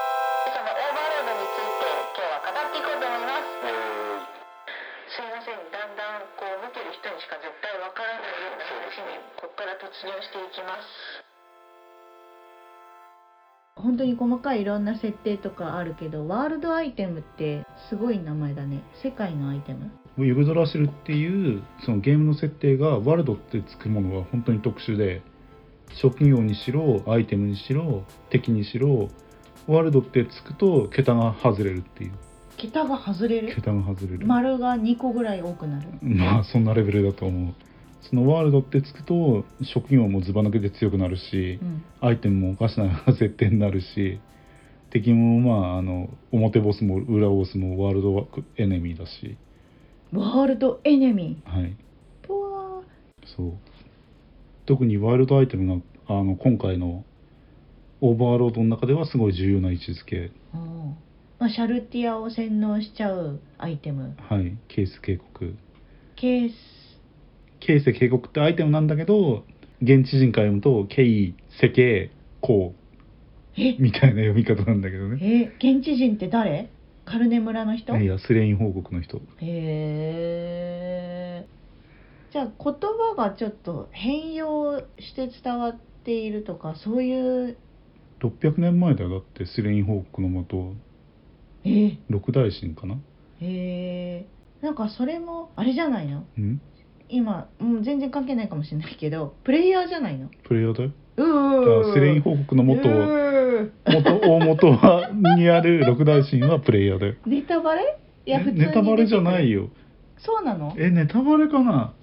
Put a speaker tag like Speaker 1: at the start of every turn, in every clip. Speaker 1: のオーバーロードについて今日は語っていこうと思います
Speaker 2: えー
Speaker 1: すいませんだんだんこう見てる人にしか絶対わからないような話にここから突入していきます
Speaker 3: 本当に細かいいろんな設定とかあるけどワールドアイテムってすごい名前だね世界のアイテム
Speaker 4: ユグドラシルっていうそのゲームの設定がワルドってつくものが本当に特殊で職業にしろアイテムにしろ敵にしろワルドってつくと桁が外れるっていう
Speaker 3: 桁が外れる
Speaker 4: 桁が外れるま
Speaker 3: 丸が2個ぐらい多くなる
Speaker 4: あそんなレベルだと思うそのワールドってつくと職業もずば抜けて強くなるし
Speaker 3: うん
Speaker 4: アイテムもおかしな設定になるし敵もまああの表ボスも裏ボスもワールドエネミーだし
Speaker 3: ワールドエネミ
Speaker 4: はい
Speaker 3: ーぽわ
Speaker 4: そう特にワイルドアイテムがあの今回のオーバーロードの中ではすごい重要な位置づけ
Speaker 3: ーうんまあ、シャルティアを洗脳しちゃうアイテム
Speaker 4: はいケース警告
Speaker 3: ケース
Speaker 4: ケース警告ってアイテムなんだけど現地人から読むと「ケイ」「セケ」「コ
Speaker 3: え
Speaker 4: ウ」みたいな読み方なんだけどね
Speaker 3: え現地人って誰カルネ村の人
Speaker 4: いやスレイン報告の人
Speaker 3: へえじゃあ言葉がちょっと変容して伝わっているとかそういう
Speaker 4: 600年前だよだってスレイン報告のもと
Speaker 3: え
Speaker 4: 六大神かな
Speaker 3: へえなんかそれもあれじゃないの
Speaker 4: うん
Speaker 3: 今もう全然関係ないかもしれないけどプレイヤーじゃないの
Speaker 4: プレイヤーだよ
Speaker 3: う
Speaker 4: だから
Speaker 3: ー
Speaker 4: スレイン報告の元元
Speaker 3: う
Speaker 4: 大元はにある六大神はプレイヤーだよ
Speaker 3: ーネタバレいや
Speaker 4: え
Speaker 3: 普通に
Speaker 4: ネタバレじゃない
Speaker 3: よ
Speaker 4: よ
Speaker 3: そうなの
Speaker 4: えネタバレかな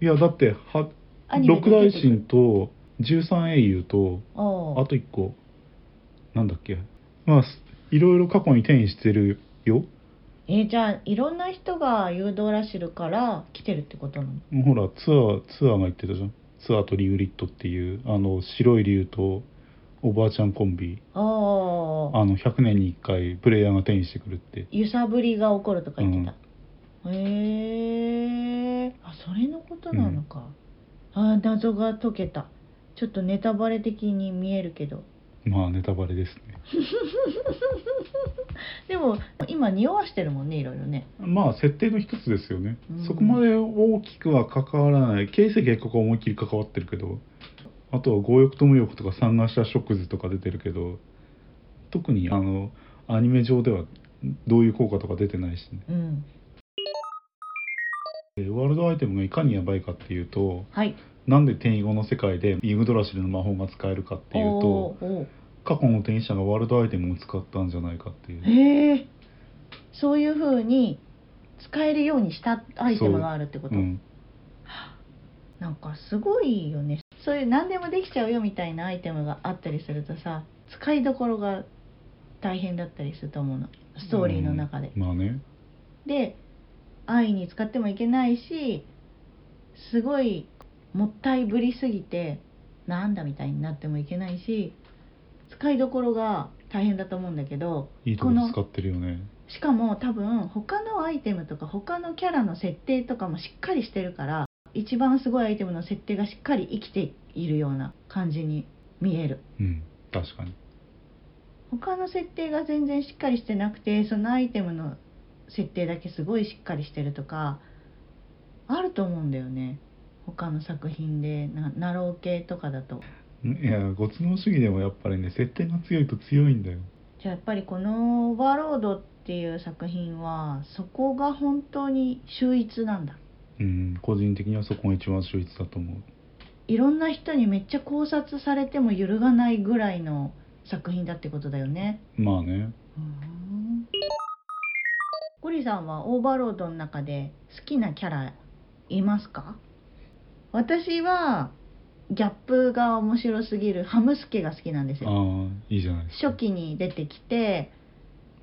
Speaker 4: いやだっては
Speaker 3: アニメ
Speaker 4: 六
Speaker 3: で出
Speaker 4: 大
Speaker 3: てくる
Speaker 4: 神と13英雄と
Speaker 3: お
Speaker 4: あと1個なんだっけまあすいろいろ過去に転移してるよ
Speaker 3: えーじゃあいろんな人が誘導ラシルから来てるってことなの
Speaker 4: ほらツアーツアーが言ってたじゃんツアーとリュウリットっていうあの白い竜とおばあちゃんコンビ
Speaker 3: ああ
Speaker 4: あの100年に1回プレイヤーが転移してくるって
Speaker 3: 揺さぶりが起こるとか言ってた、へえあそれのことなのか、ああー謎が解けたちょっとネタバレ的に見えるけど
Speaker 4: まあネタバレですね
Speaker 3: でも今匂わしてるもんねいろいろね
Speaker 4: まあ設定の一つですよね、
Speaker 3: うん
Speaker 4: そこまで大きくは関わらない形成結構思いっきり関わってるけどあとは強欲と無欲とか三眼者食図とか出てるけど特にあのアニメ上ではどういう効果とか出てないしね
Speaker 3: うん
Speaker 4: でワールドアイテムがいかにやばいかっていうと
Speaker 3: はい
Speaker 4: なんで転移後の世界でイグドラシルの魔法が使えるかっていう
Speaker 3: お
Speaker 4: と
Speaker 3: ーお
Speaker 4: 過去の転移者がワールドアイテムを使ったんじゃないかってい
Speaker 3: ー
Speaker 4: う
Speaker 3: へえそういう風に使えるようにしたアイテムがあるってこと、
Speaker 4: うん、
Speaker 3: なんかすごいよねそういう何でもできちゃうよみたいなアイテムがあったりするとさ使いどころが大変だったりすると思うのストーリーの中で、
Speaker 4: うんまあね
Speaker 3: で安易に使ってもいけないしすごいもったいぶりすぎてなんだみたいになってもいけないし使いどころが大変だと思うんだけど
Speaker 4: いいとこに使ってるよね
Speaker 3: しかも多分他のアイテムとか他のキャラの設定とかもしっかりしてるから一番すごいアイテムの設定がしっかり生きているような感じに見える
Speaker 4: うん確かに
Speaker 3: 他の設定が全然しっかりしてなくてそのアイテムの設定だけすごいしっかりしてるとかあると思うんだよね他の作品でなナロー系とかだと
Speaker 4: いやご都合主義でもやっぱりね設定が強いと強いんだよ
Speaker 3: じゃあやっぱりこの「オーバーロード」っていう作品はそこが本当に秀逸なんだ
Speaker 4: うん個人的にはそこが一番秀逸だと思う
Speaker 3: いろんな人にめっちゃ考察されても揺るがないぐらいの作品だってことだよね。
Speaker 4: まあね
Speaker 3: ゴリさんはオーバーロードの中で好きなキャラいますか私はギャップが面白すぎるハムスケが好きなんですよ。
Speaker 4: ああいいじゃないですか
Speaker 3: 初期に出てきて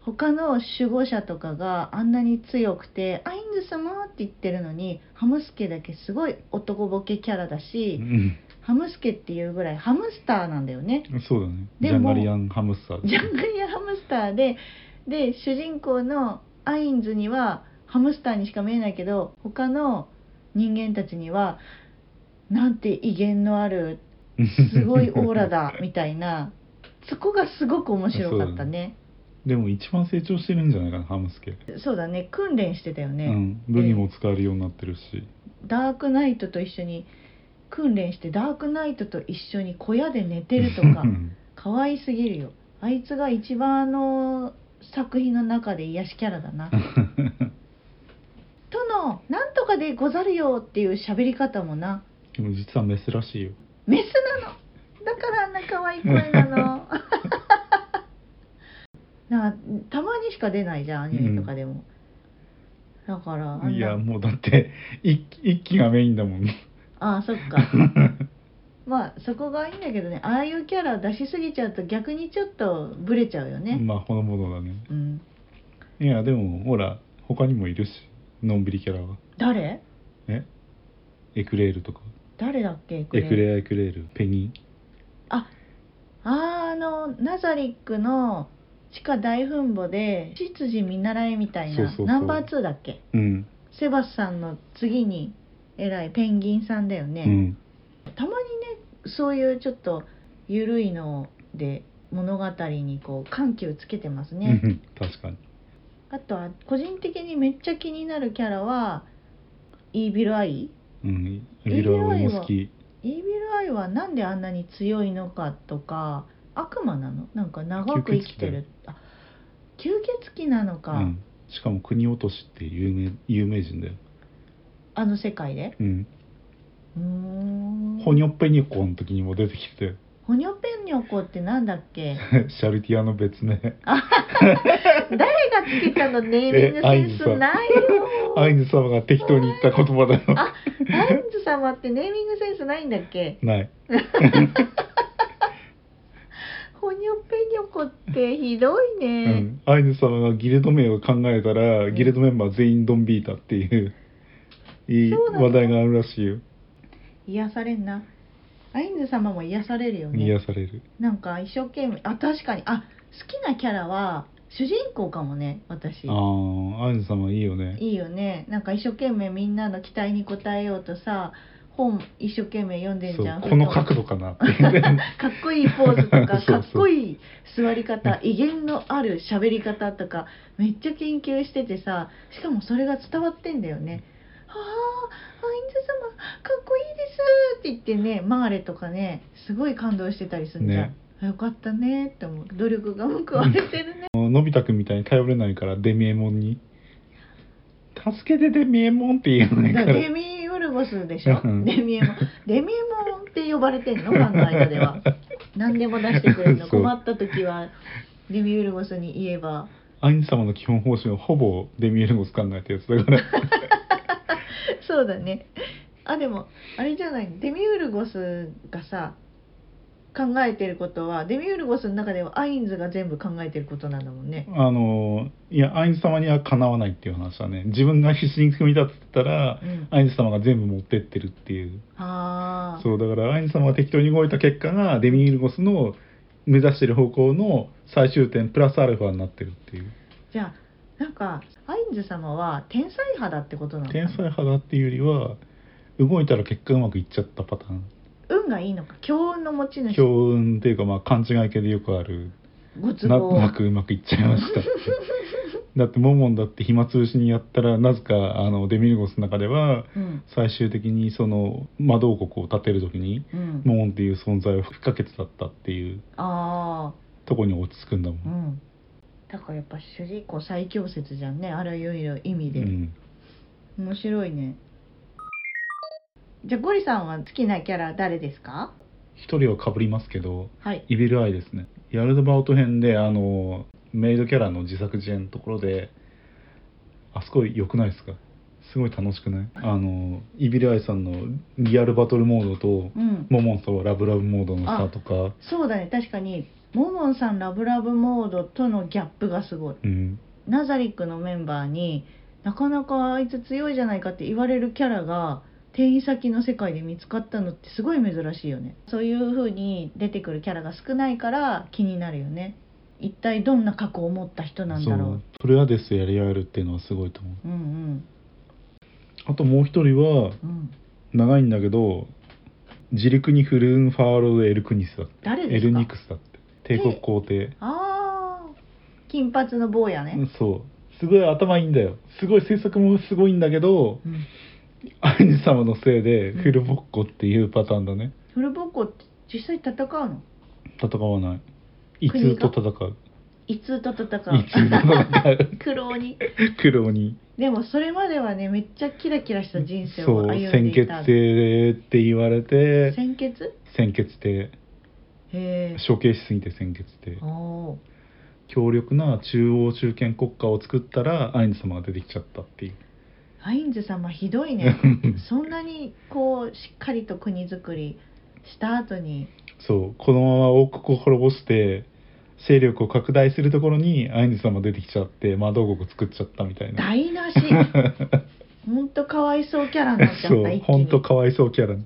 Speaker 3: 他の守護者とかがあんなに強くて「アインズ様」って言ってるのにハムスケだけすごい男ボケキャラだし。
Speaker 4: うん
Speaker 3: ハムスケっていうぐらいハムスターなんだよね。
Speaker 4: そうだねジ
Speaker 3: でも
Speaker 4: ャンガリアンハムスターです
Speaker 3: ジャングリアハムスターで、で、主人公のアインズにはハムスターにしか見えないけど、他の人間たちには、なんて威厳のある、 すごいオーラだ、みたいな、そこがすごく面白かったね。
Speaker 4: でも一番成長してるんじゃないかなハムスケ、
Speaker 3: そうだね訓練してたよね、
Speaker 4: うん武器も使えるようになってるし、
Speaker 3: ダークナイトと一緒に訓練してダークナイトと一緒に小屋で寝てると か可愛すぎるよあいつが一番あの作品の中で癒しキャラだ なとの「なんとかでござるよ」っていう喋り方もな
Speaker 4: でも実は珍しいよ
Speaker 3: メスなのだからあんな可愛い声な のなんかたまにしか出ないじゃんアニメとかでも、だからあんない
Speaker 4: やもうだって一期一期がメインだもんね
Speaker 3: ああそっか まあそこがいいんだけどねああいうキャラ出しすぎちゃうと逆にちょっとブレちゃうよね、
Speaker 4: まあほのぼのだね
Speaker 3: うん
Speaker 4: いやでもほら他にもいるしのんびりキャラは
Speaker 3: 誰
Speaker 4: えエクレールとか
Speaker 3: 誰だっけエ
Speaker 4: エクレアエクレールペニ
Speaker 3: ああーあのナザリックの地下大墳墓で執事見習いみたいな
Speaker 4: そうそうそう
Speaker 3: ナンバー2だっけ
Speaker 4: ーうん、
Speaker 3: セバスさんの次に偉いペンギンさんだよね、
Speaker 4: うん
Speaker 3: たまにねそういうちょっと緩いので物語にこう緩急つけてますね、
Speaker 4: うん確かに
Speaker 3: あとは個人的にめっちゃ気になるキャラはイービルアイ
Speaker 4: うん
Speaker 3: エ
Speaker 4: エビ
Speaker 3: ビ
Speaker 4: ロ
Speaker 3: ロ
Speaker 4: ア
Speaker 3: アイは
Speaker 4: イも好き
Speaker 3: イービルアイはなんであんなに強いのかとか悪魔なのなんか長く生きてるあ吸血鬼なの
Speaker 4: う
Speaker 3: か、
Speaker 4: ん、しかも国落としっていう有名有名人だよ
Speaker 3: あの世界で
Speaker 4: うん
Speaker 3: うーん
Speaker 4: ホニョッペニョコの時にも出てきて
Speaker 3: ほにょぺんにょこってなんだっけ
Speaker 4: シャルティアの別名
Speaker 3: 誰がつけたのネーミングセンスないよ
Speaker 4: アイヌ様が適当に言った言葉だよ
Speaker 3: あアインズ様ってネーミングセンスないんだっけ
Speaker 4: ない
Speaker 3: ほにょぺにょこってひどいうね、
Speaker 4: ん、アイヌ様がギルド名を考えたら、
Speaker 3: うん
Speaker 4: ギルドメンバー全員ドンビータっていういい
Speaker 3: そうなの
Speaker 4: 話題があるらしいよ、
Speaker 3: 癒されんなアインズ様も癒されるよね
Speaker 4: 癒される
Speaker 3: なんか一生懸命あ確かにあ好きなキャラは主人公かもね私
Speaker 4: ああアイヌ様いいよね
Speaker 3: いいよねなんか一生懸命みんなの期待に応えようとさ本一生懸命読んでん
Speaker 4: そ
Speaker 3: じゃん
Speaker 4: うこの角
Speaker 3: か
Speaker 4: 度かな っていうね
Speaker 3: っこいいポーズとか
Speaker 4: そうそう
Speaker 3: かっこいい座り方威厳のある喋り方とかめっちゃ研究しててさしかもそれが伝わってんだよね「ああアインズ様かっこいいです」って言ってねマーレとかねすごい感動してたりするんじゃん、
Speaker 4: ね
Speaker 3: あよかったねって思う努力が報われてるね
Speaker 4: もうのび太くんみたいに頼れないからデミエモンに「助けてデミエモン」って言うのね
Speaker 3: だ
Speaker 4: か
Speaker 3: から
Speaker 4: ら
Speaker 3: デミウルゴスでしょ
Speaker 4: うん
Speaker 3: デミエモンデミエモンって呼ばれてんのファンの間では何でも出してくれるの
Speaker 4: そう
Speaker 3: 困った時はデミウルゴスに言えば
Speaker 4: アイヌ様の基本方針はほぼデミエルゴス考えたやつだから
Speaker 3: そうだねあでもあれじゃないデミウルゴスがさ考えてることはデミウルゴスの中ではアインズが全部考えてることなんだもんね
Speaker 4: あのいやアイヌ様にはかなわないっていう話だね自分が必死に組み立てたら、
Speaker 3: うん
Speaker 4: アイヌ様が全部持ってってるっていう
Speaker 3: ああ
Speaker 4: そうだからアイヌ様が適当に動いた結果がデミールゴスの目指してる方向の最終点プラスアルファになってるっていう
Speaker 3: じゃあなんかアインズ様は天才派だってことなのか
Speaker 4: 天
Speaker 3: な
Speaker 4: 才派だっていうよりは動いたら結果うまくいっちゃったパターン
Speaker 3: 運がいいのか強運の持ち主
Speaker 4: 強運っていうかまあ勘違い系でよくある
Speaker 3: ご都
Speaker 4: な
Speaker 3: 合
Speaker 4: うまくうまくいっちゃいました だってモモンだって暇つぶしにやったらなぜかあのデミルゴスの中では
Speaker 3: うん
Speaker 4: 最終的にその魔導国を建てる時に
Speaker 3: うん
Speaker 4: モモンっていう存在は不可欠だったっていう
Speaker 3: あ
Speaker 4: とこに落ち着くんだも、
Speaker 3: あうんんだからやっぱ主人公最強説じゃんねあらゆる意味
Speaker 4: う
Speaker 3: で、
Speaker 4: ん、
Speaker 3: 面白いねじゃあゴリさんは好きなキャラ誰ですか
Speaker 4: 一人はかぶりますけど
Speaker 3: はい
Speaker 4: イビルアイですねヤルドバウト編であのメイドキャラの自作自演のところであそこ良くないですかすごい楽しくないあのイビルアイさんのリアルバトルモードと
Speaker 3: うん
Speaker 4: モモンさんはラブラブモードの差とか、
Speaker 3: そうだね確かにモモンさんラブラブモードとのギャップがすごい
Speaker 4: うん、
Speaker 3: ナザリックのメンバーになかなかあいつ強いじゃないかって言われるキャラが転移先の世界で見つかったのってすごい珍しいよねそういう風に出てくるキャラが少ないから気になるよね一体どんな過去を持った人なん
Speaker 4: そ
Speaker 3: だろう
Speaker 4: うトレアデスやり合えるっていうのはすごいと思う
Speaker 3: うんうん
Speaker 4: あともう一人
Speaker 3: う
Speaker 4: は
Speaker 3: ん
Speaker 4: 長いんだけどジリクニフルーンファーロードエルクニスだって
Speaker 3: 誰ですか
Speaker 4: エルニクスだって帝国皇帝
Speaker 3: ああ金髪の坊やね、
Speaker 4: そうすごい頭いいんだよすごい制作もすごいんだけど
Speaker 3: うん、
Speaker 4: アイヌ様のせいでフルボッコっていうパターンだね
Speaker 3: フルボッコって実際戦うの
Speaker 4: 戦わない胃
Speaker 3: 国
Speaker 4: 痛
Speaker 3: が
Speaker 4: と戦う
Speaker 3: いつと戦
Speaker 4: 胃痛
Speaker 3: う
Speaker 4: と戦う
Speaker 3: 苦労に
Speaker 4: 苦労に
Speaker 3: でもそれまではねめっちゃキラキラした人生
Speaker 4: そ
Speaker 3: を
Speaker 4: う
Speaker 3: 歩んで
Speaker 4: 鮮血
Speaker 3: いた
Speaker 4: 性って言われて
Speaker 3: 鮮血
Speaker 4: 鮮血性
Speaker 3: へえ
Speaker 4: 処刑しすぎて鮮血性
Speaker 3: おー
Speaker 4: 強力な中央集権国家を作ったらアイヌ様が出てきちゃったっていう
Speaker 3: アインズ様ひどい ねそんなにこうしっかりと国づくりした後に
Speaker 4: そうこのまま王国を滅ぼして勢力を拡大するところにアイヌ様出てきちゃって魔道国作っちゃったみたいな
Speaker 3: 台 無しほんとかわいそうキャラになっちゃ
Speaker 4: そ
Speaker 3: った
Speaker 4: う
Speaker 3: 一気
Speaker 4: ほん
Speaker 3: に
Speaker 4: とかわいそうキャラ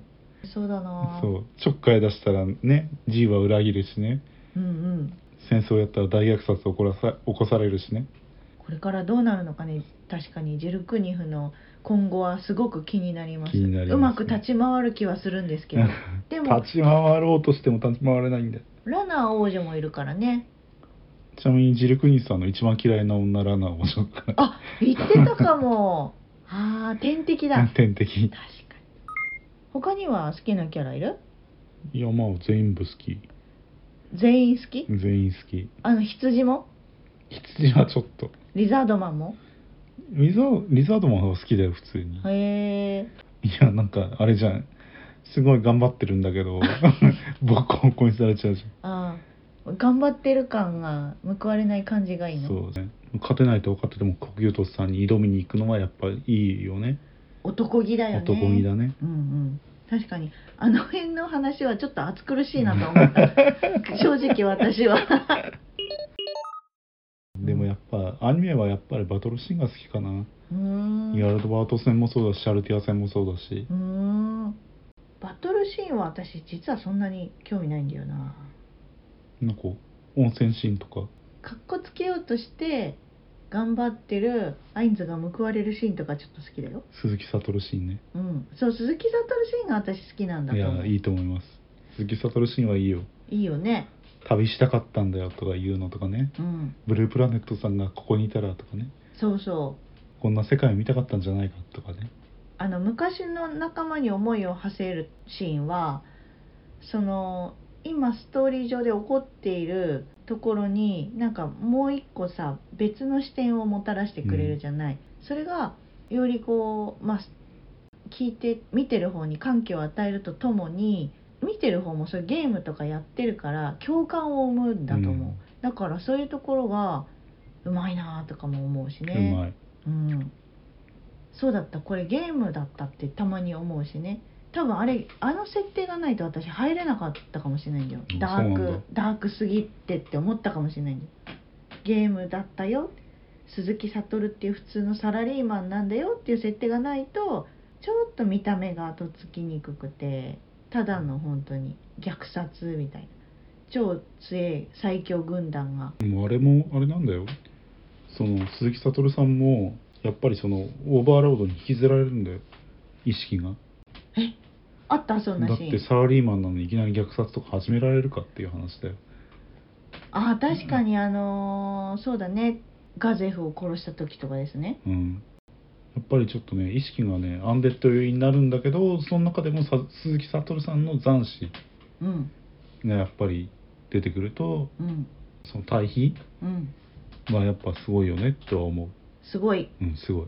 Speaker 3: そうだな
Speaker 4: そうちょっかい出したらね G は裏切るしね
Speaker 3: うんうん
Speaker 4: 戦争やったら大虐殺を起こらさ起こされるしね
Speaker 3: これからどうなるのかね確かにジェルクニフの今後はすごく気になります
Speaker 4: 気になりますね
Speaker 3: うまく立ち回る気はするんですけ どでも
Speaker 4: 立ち回ろうとしても立ち回れないんだよ
Speaker 3: ラナー王女もいるからね
Speaker 4: ちなみにジルクニさんの一番嫌いな女ラナーもしょっか
Speaker 3: あ言ってたかもあー天敵だ
Speaker 4: ら
Speaker 3: 確か
Speaker 4: 天敵
Speaker 3: に他には好きなキャラいる
Speaker 4: いやまあ全員部好き
Speaker 3: 全員好き
Speaker 4: 全員好き
Speaker 3: あの羊も
Speaker 4: 羊はちょっと
Speaker 3: リザードマンも
Speaker 4: リザリザードマンは好きだよ普通に
Speaker 3: へえ
Speaker 4: いやなんかあれじゃんすごい頑張ってるんだ けどボッコボコにされちゃうじ
Speaker 3: あー頑張ってる感が報われない感じが
Speaker 4: ゃ
Speaker 3: いい
Speaker 4: ん
Speaker 3: の
Speaker 4: そうね勝てないと分かってても国牛とさんに挑みに行くのはやっぱいいよね
Speaker 3: 男気だよね
Speaker 4: 男気だね
Speaker 3: うんうん確かにあの辺の話はちょっと暑苦しいなと思った 正直私は
Speaker 4: でもやっぱアニメはやっぱりバトルシーンが好きかな、
Speaker 3: うーん
Speaker 4: ヤルドバート戦もそうだしシャルティア戦もそうだし
Speaker 3: うーんバトルシーンは私実はそんなに興味ないんだよな
Speaker 4: なんか温泉シーンとか
Speaker 3: かっこつけようとして頑張ってるアインズが報われるシーンとかちょっと好きだよ
Speaker 4: 鈴木悟シーンね
Speaker 3: うんそう鈴木悟シーンが私好きなんだ
Speaker 4: い
Speaker 3: と思
Speaker 4: や
Speaker 3: う
Speaker 4: いいと思います鈴木悟シーンはいいよ
Speaker 3: いいよね
Speaker 4: 旅したかったんだよとか言うのとかね
Speaker 3: うん
Speaker 4: ブループラネットさんがここにいたらとかね
Speaker 3: そうそう
Speaker 4: こんな世界を見たかったんじゃないかとかね
Speaker 3: あの昔の仲間に思いを馳せるシーンはその今ストーリー上で起こっているところになんかもう一個さ別の視点をもたらしてくれるじゃない、それがよりこう、まあ、聞いて見てる方に感気を与えるとともに見てる方もそういうゲームとかやってるから共感を生むんだと思う、
Speaker 4: うん
Speaker 3: だからそういうところがうまいなとかも思うしね。
Speaker 4: うまい
Speaker 3: うん、そうだったこれゲームだったってたまに思うしね多分あれあの設定がないと私入れなかったかもしれないんだよ
Speaker 4: うん
Speaker 3: ダー
Speaker 4: そうなん
Speaker 3: ク
Speaker 4: だ
Speaker 3: ダークすぎてって思ったかもしれないんだよゲームだったよ鈴木悟っていう普通のサラリーマンなんだよっていう設定がないとちょっと見た目がとっつきにくくてただの本当に虐殺みたいな超強い最強軍団が
Speaker 4: でもあれもあれなんだよその鈴木悟さんもやっぱりそのオーバーロードに引きずられるんだよ意識が
Speaker 3: あったそんな
Speaker 4: だっ
Speaker 3: シー
Speaker 4: て
Speaker 3: ン
Speaker 4: サラリーマンなのにいきなり虐殺とか始められるかっていう話だよ
Speaker 3: あ確かにあのーそうだねガゼフを殺した時とかですね
Speaker 4: うんやっぱりちょっとね意識がねアンデッド寄りになるんだけどその中でもさ鈴木悟さんの残死
Speaker 3: うん
Speaker 4: がやっぱり出てくると
Speaker 3: うん
Speaker 4: その対比
Speaker 3: うん
Speaker 4: がやっぱすごいよねとは思
Speaker 3: すごいう
Speaker 4: うんすごい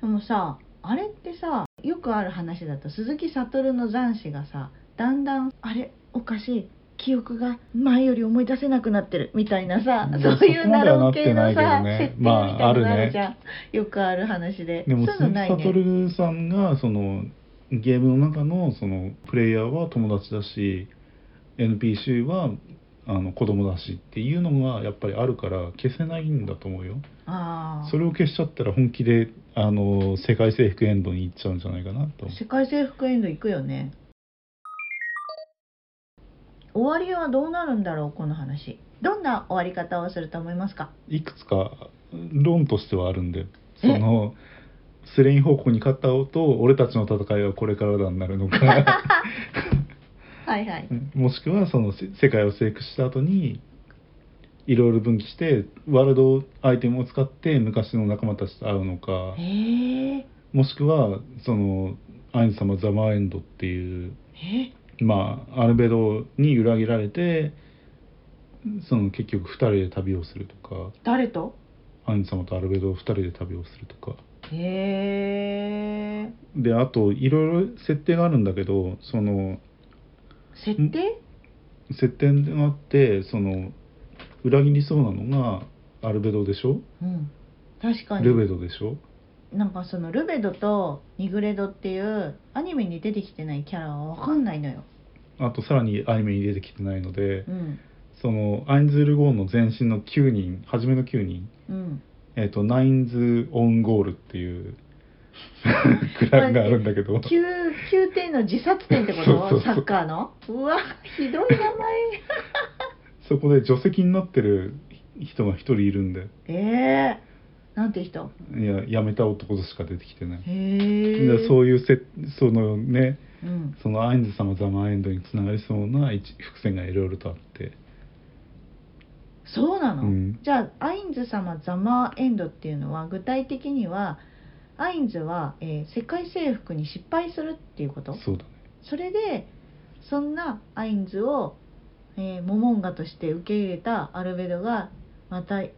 Speaker 3: でもさあれってさよくある話だと鈴木悟の残死がさだんだんあれおかしい記憶が前より思い出せなくなってるみたいなさ
Speaker 4: いや
Speaker 3: そういう
Speaker 4: そこま
Speaker 3: ナ
Speaker 4: では
Speaker 3: ロ
Speaker 4: な
Speaker 3: ー
Speaker 4: って
Speaker 3: 系
Speaker 4: ない
Speaker 3: の
Speaker 4: けど
Speaker 3: さ、
Speaker 4: ね
Speaker 3: 設定み
Speaker 4: まあ
Speaker 3: たいなの
Speaker 4: あ
Speaker 3: あ
Speaker 4: るね
Speaker 3: るじゃん、よくある話で
Speaker 4: でも
Speaker 3: そういうの
Speaker 4: 鈴木
Speaker 3: ないね
Speaker 4: 悟さんがそのゲームの中のそのプレイヤーは友達だし NPC はあの子供だしっていうのがやっぱりあるから消せないんだと思うよ
Speaker 3: ああ
Speaker 4: それを消しちゃったら本気であの世界征服エンドに行っちゃうんじゃないかなと思
Speaker 3: 世界征服エンド行くよね終わりはどうなるんだろうこの話どんな終わり方をすると思いますか
Speaker 4: ういくつか論としてはあるんでそのスレイン方向に勝った方と俺たちの戦いはこれからだになるの か
Speaker 3: はいはい
Speaker 4: もしくはそのせ世界を征服した後にいろいろ分岐してワールドアイテムを使って昔の仲間たちと会うのか
Speaker 3: へえ
Speaker 4: もしくはそのアイン様ザ・マーエンドっていう
Speaker 3: え
Speaker 4: まあアルベドに裏切られてその結局2人で旅をするとか
Speaker 3: 誰と
Speaker 4: アイン様とアルベドを2人で旅をするとか
Speaker 3: へえ
Speaker 4: であといろいろ設定があるんだけどその
Speaker 3: 設定
Speaker 4: 設定があってその裏切りそうなのがアルベドでしょ
Speaker 3: うん確かに
Speaker 4: ルベドでしょ
Speaker 3: なんかそのルベドとニグレドっていうアニメに出てきてないキャラは分かんないのよ、
Speaker 4: あとさらにアニメに出てきてないので、
Speaker 3: うん
Speaker 4: そのアインズ・ルゴーンの前身の9人初めの9人
Speaker 3: うん、
Speaker 4: えっ、とナインズ・オン・ゴールっていう クラブがあるんだけど
Speaker 3: 9, 9点の自殺点ってこと
Speaker 4: そうそうそう
Speaker 3: サッカーのうわひどい名
Speaker 4: そこで除籍になってる人が1人いるんで
Speaker 3: 前ええなんて人
Speaker 4: いや辞めた男としか出てきてない
Speaker 3: へ。え
Speaker 4: でそういうせそのね
Speaker 3: うん、
Speaker 4: そのアインズ様ザ・マーエンドにつながりそうな一伏線がいろいろとあって
Speaker 3: そうなの、
Speaker 4: うん
Speaker 3: じゃあアインズ様ザ・マーエンドっていうのは具体的にはアインズは、えー世界征服に失敗するっていうこと
Speaker 4: そうだね
Speaker 3: それでそんなアインズを、えーモモンガとして受け入れたアルベドがまた2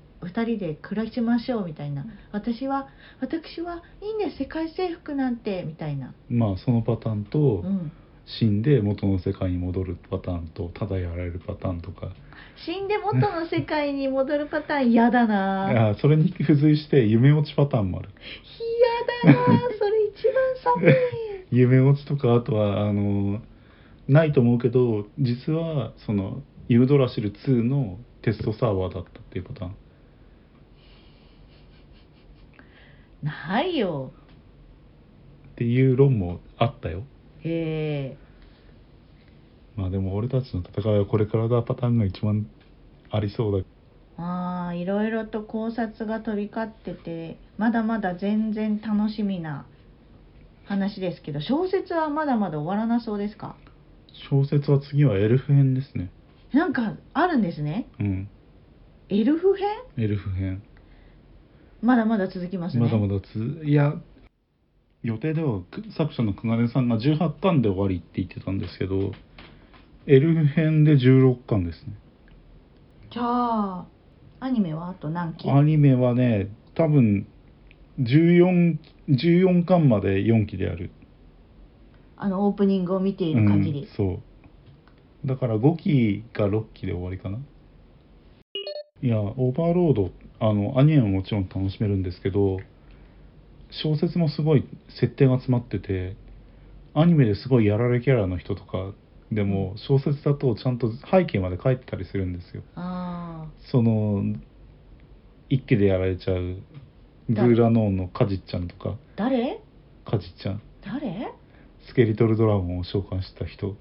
Speaker 3: 人で暮らしましょうみたいな私は私はいいんです世界征服なんてみたいな、
Speaker 4: まあそのパターンと
Speaker 3: うん、
Speaker 4: 死んで元の世界に戻るパターンとただやられるパターンとか
Speaker 3: 死んで元の世界に戻るパターン嫌だな
Speaker 4: あそれに付随して夢落ちパターンもある
Speaker 3: 嫌だなそれ一番寒い
Speaker 4: 夢落ちとかあとはあのないと思うけど実はそのユードラシル2のテストサーバーだったっていうパターン
Speaker 3: ないよ
Speaker 4: っていう論もあったよ
Speaker 3: え
Speaker 4: まあでも俺たちの戦いはこれからだパターンが一番ありそうだ
Speaker 3: ー、まあいろいろと考察が飛び交っててまだまだ全然楽しみな話ですけど小説はまだまだ終わらなそうですか
Speaker 4: 小説は次はエルフ編ですね
Speaker 3: なんかあるんですね
Speaker 4: うん
Speaker 3: エルフ編
Speaker 4: エルフ編
Speaker 3: まだまだ続きますね
Speaker 4: まだまだついや予定ではく作者のくなれさんが18巻で終わりって言ってたんですけどエルフ編で16巻ですね
Speaker 3: じゃあアニメはあと何期
Speaker 4: アニメはね多分 14, 14巻まで4期である
Speaker 3: あのオープニングを見ている限
Speaker 4: うん
Speaker 3: り、
Speaker 4: そうだから5期か6期で終わりかないやオーバーロードあのアニメももちろん楽しめるんですけど小説もすごい設定が詰まっててアニメですごいやられキャラの人とかでも小説だとちゃんと背景まで書いてたりするんですよ
Speaker 3: あ
Speaker 4: その一気でやられちゃうグーラノーンのカジちゃんとか
Speaker 3: あ誰
Speaker 4: カジちゃん
Speaker 3: 誰
Speaker 4: スケリトルドラゴンを召喚した人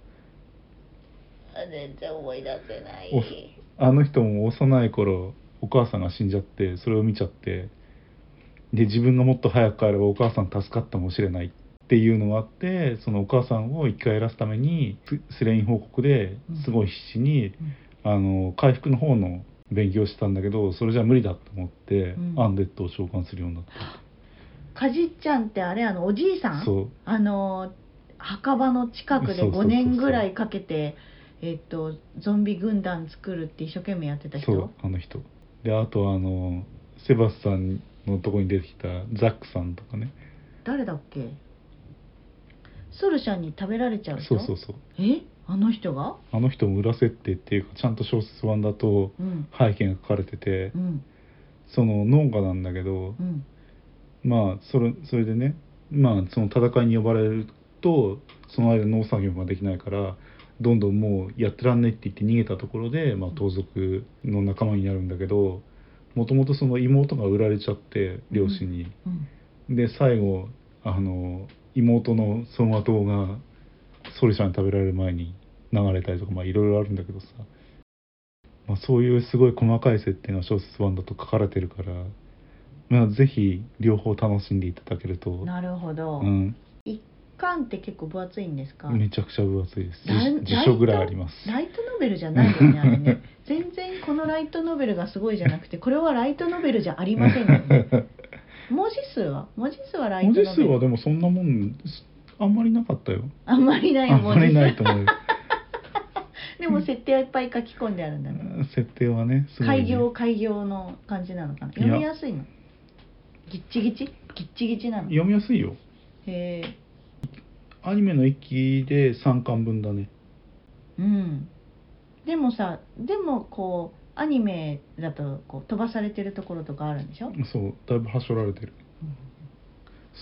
Speaker 3: あ全然思い出せな
Speaker 4: おあの人も幼い頃お母さんが死んじゃってそれを見ちゃってで自分がもっと早く帰ればお母さん助かったかもしれないっていうのがあってそのお母さんを生き返らすためにススレイン報告ですごい必死に、あの回復の方の勉強してたんだけどそれじゃ無理だと思って、
Speaker 3: うん
Speaker 4: アンデッドを召喚するようになった
Speaker 3: かじっちゃんってあれあのおじいさん
Speaker 4: そう
Speaker 3: あの墓場の近くで
Speaker 4: そうそうそうそう
Speaker 3: 5年ぐらいかけてえっとゾンビ軍団作るって一生懸命やってた人
Speaker 4: そうあの人であとあのセバスさんのとこに出てきたザックさんとかね
Speaker 3: 誰だっけソルシャンに食べられちゃう人
Speaker 4: そうそうそう
Speaker 3: えあの人が
Speaker 4: あの人も裏設定っていうかちゃんと小説版だと
Speaker 3: うん
Speaker 4: 背景が書かれてて
Speaker 3: うん
Speaker 4: その農家なんだけど
Speaker 3: うん
Speaker 4: まあそれそれでねまあその戦いに呼ばれるとその間農作業ができないからどんどんもうやってらんないって言って逃げたところで、まあ、盗賊の仲間になるんだけどもともとその妹が売られちゃって両親に。
Speaker 3: うん
Speaker 4: で最後あの妹の走馬灯がソリシャに食べられる前に流れたりとかまあいろいろあるんだけどさ、まあ、そういうすごい細かい設定が小説版だと書かれてるから、まあ、ぜひ両方楽しんでいただけると、
Speaker 3: なるほ
Speaker 4: う
Speaker 3: ど、
Speaker 4: ん、
Speaker 3: 一巻って結構分厚いんですか
Speaker 4: めちゃくちゃ分厚いです
Speaker 3: ライ
Speaker 4: 辞辞書ぐらいあります
Speaker 3: ライトノベルじゃないよねあれね全然このライトノベルがすごいじゃなくてこれはライトノベルじゃありませんよね文字数は文字数はライ
Speaker 4: 文
Speaker 3: ト
Speaker 4: 字
Speaker 3: ノ
Speaker 4: 数
Speaker 3: ベル
Speaker 4: はでもそんなもんあんまりなかったよ
Speaker 3: あんまりない
Speaker 4: あん
Speaker 3: 文
Speaker 4: ま
Speaker 3: 字
Speaker 4: りない
Speaker 3: 数
Speaker 4: と 思うよ
Speaker 3: でも設定はいっぱい書き込んであるんだね
Speaker 4: 設定はねすごいね
Speaker 3: 開業開業の感じなのかない
Speaker 4: や
Speaker 3: 読みやすいのギッチギチギッチギチなのへ
Speaker 4: 読みやすいよ
Speaker 3: え
Speaker 4: アニメの一期で3巻分だね
Speaker 3: うんでもさでもこうアニメだとこう飛ばされてるところとかあるんでしょ、
Speaker 4: そうだいぶはしょられてる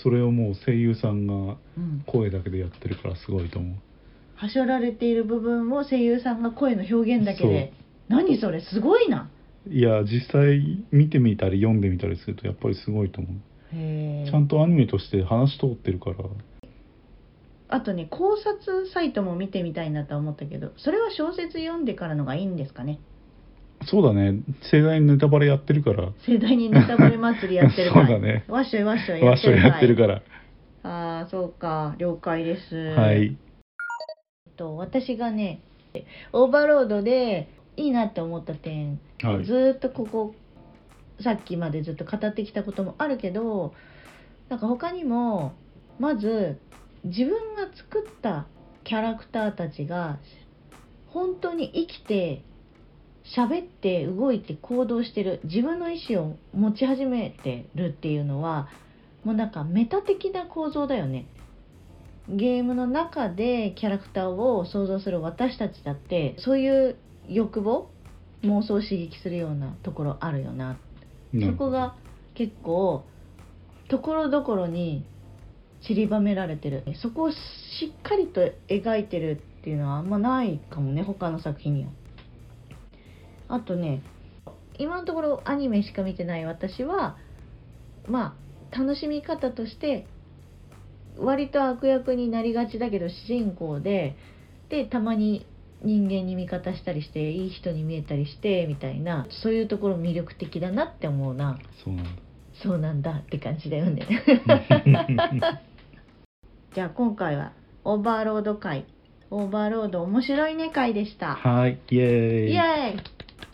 Speaker 4: それをもう声優さんが
Speaker 3: うん、
Speaker 4: 声だけでやってるからすごいと思う
Speaker 3: はしょられている部分を声優さんが声の表現だけで何それすごいない
Speaker 4: や実際見てみたり読んでみたりするとやっぱりすごいと思う
Speaker 3: へえ
Speaker 4: ちゃんとアニメとして話通ってるから
Speaker 3: あとね考察サイトも見てみたいなとは思ったけどそれは小説読んでからのがいいんですかね
Speaker 4: そうだね盛大にネタバレやってるから
Speaker 3: 盛大にネタバレ祭りやってるから
Speaker 4: そうだね
Speaker 3: わっしょいわっしょいや
Speaker 4: わっ
Speaker 3: って
Speaker 4: しょ
Speaker 3: る
Speaker 4: やってる
Speaker 3: か
Speaker 4: から、
Speaker 3: らああそうか了解です
Speaker 4: はい
Speaker 3: えっと私がねオーバーロードでいいなって思った点、
Speaker 4: はい
Speaker 3: ずーっとここさっきまでずっと語ってきたこともあるけどなんか他にもまず自分が作ったキャラクターたちが本当に生きて喋って動いて行動してる自分の意思を持ち始めてるっていうのはもうなんかメタ的な構造だよね。ゲームの中でキャラクターを想像する私たちだってそういう欲望妄想を刺激するようなところあるよな
Speaker 4: な
Speaker 3: そ
Speaker 4: るほ
Speaker 3: こ
Speaker 4: ど
Speaker 3: が結構ところどころに散りばめられてるそこをしっかりと描いてるっていうのはあんまないかもね他の作品には。あとね今のところアニメしか見てない私はまあ楽しみ方として割と悪役になりがちだけど主人公ででたまに人間に味方したりしていい人に見えたりしてみたいなそういうところ魅力的だなって思うな
Speaker 4: そうなんだ
Speaker 3: そうなんだって感じだよねじゃあ今回はオーバーロード会オーバーロード面白いね会でした
Speaker 4: はいイエーイ
Speaker 3: イエーイ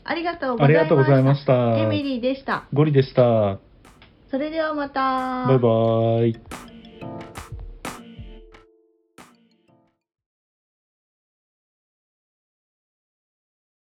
Speaker 3: ありがとうござ
Speaker 4: あり
Speaker 3: い
Speaker 4: がとうございま
Speaker 3: まし
Speaker 4: したた
Speaker 3: エミリーでした
Speaker 4: ゴリでした
Speaker 3: それではまた
Speaker 4: バイバイ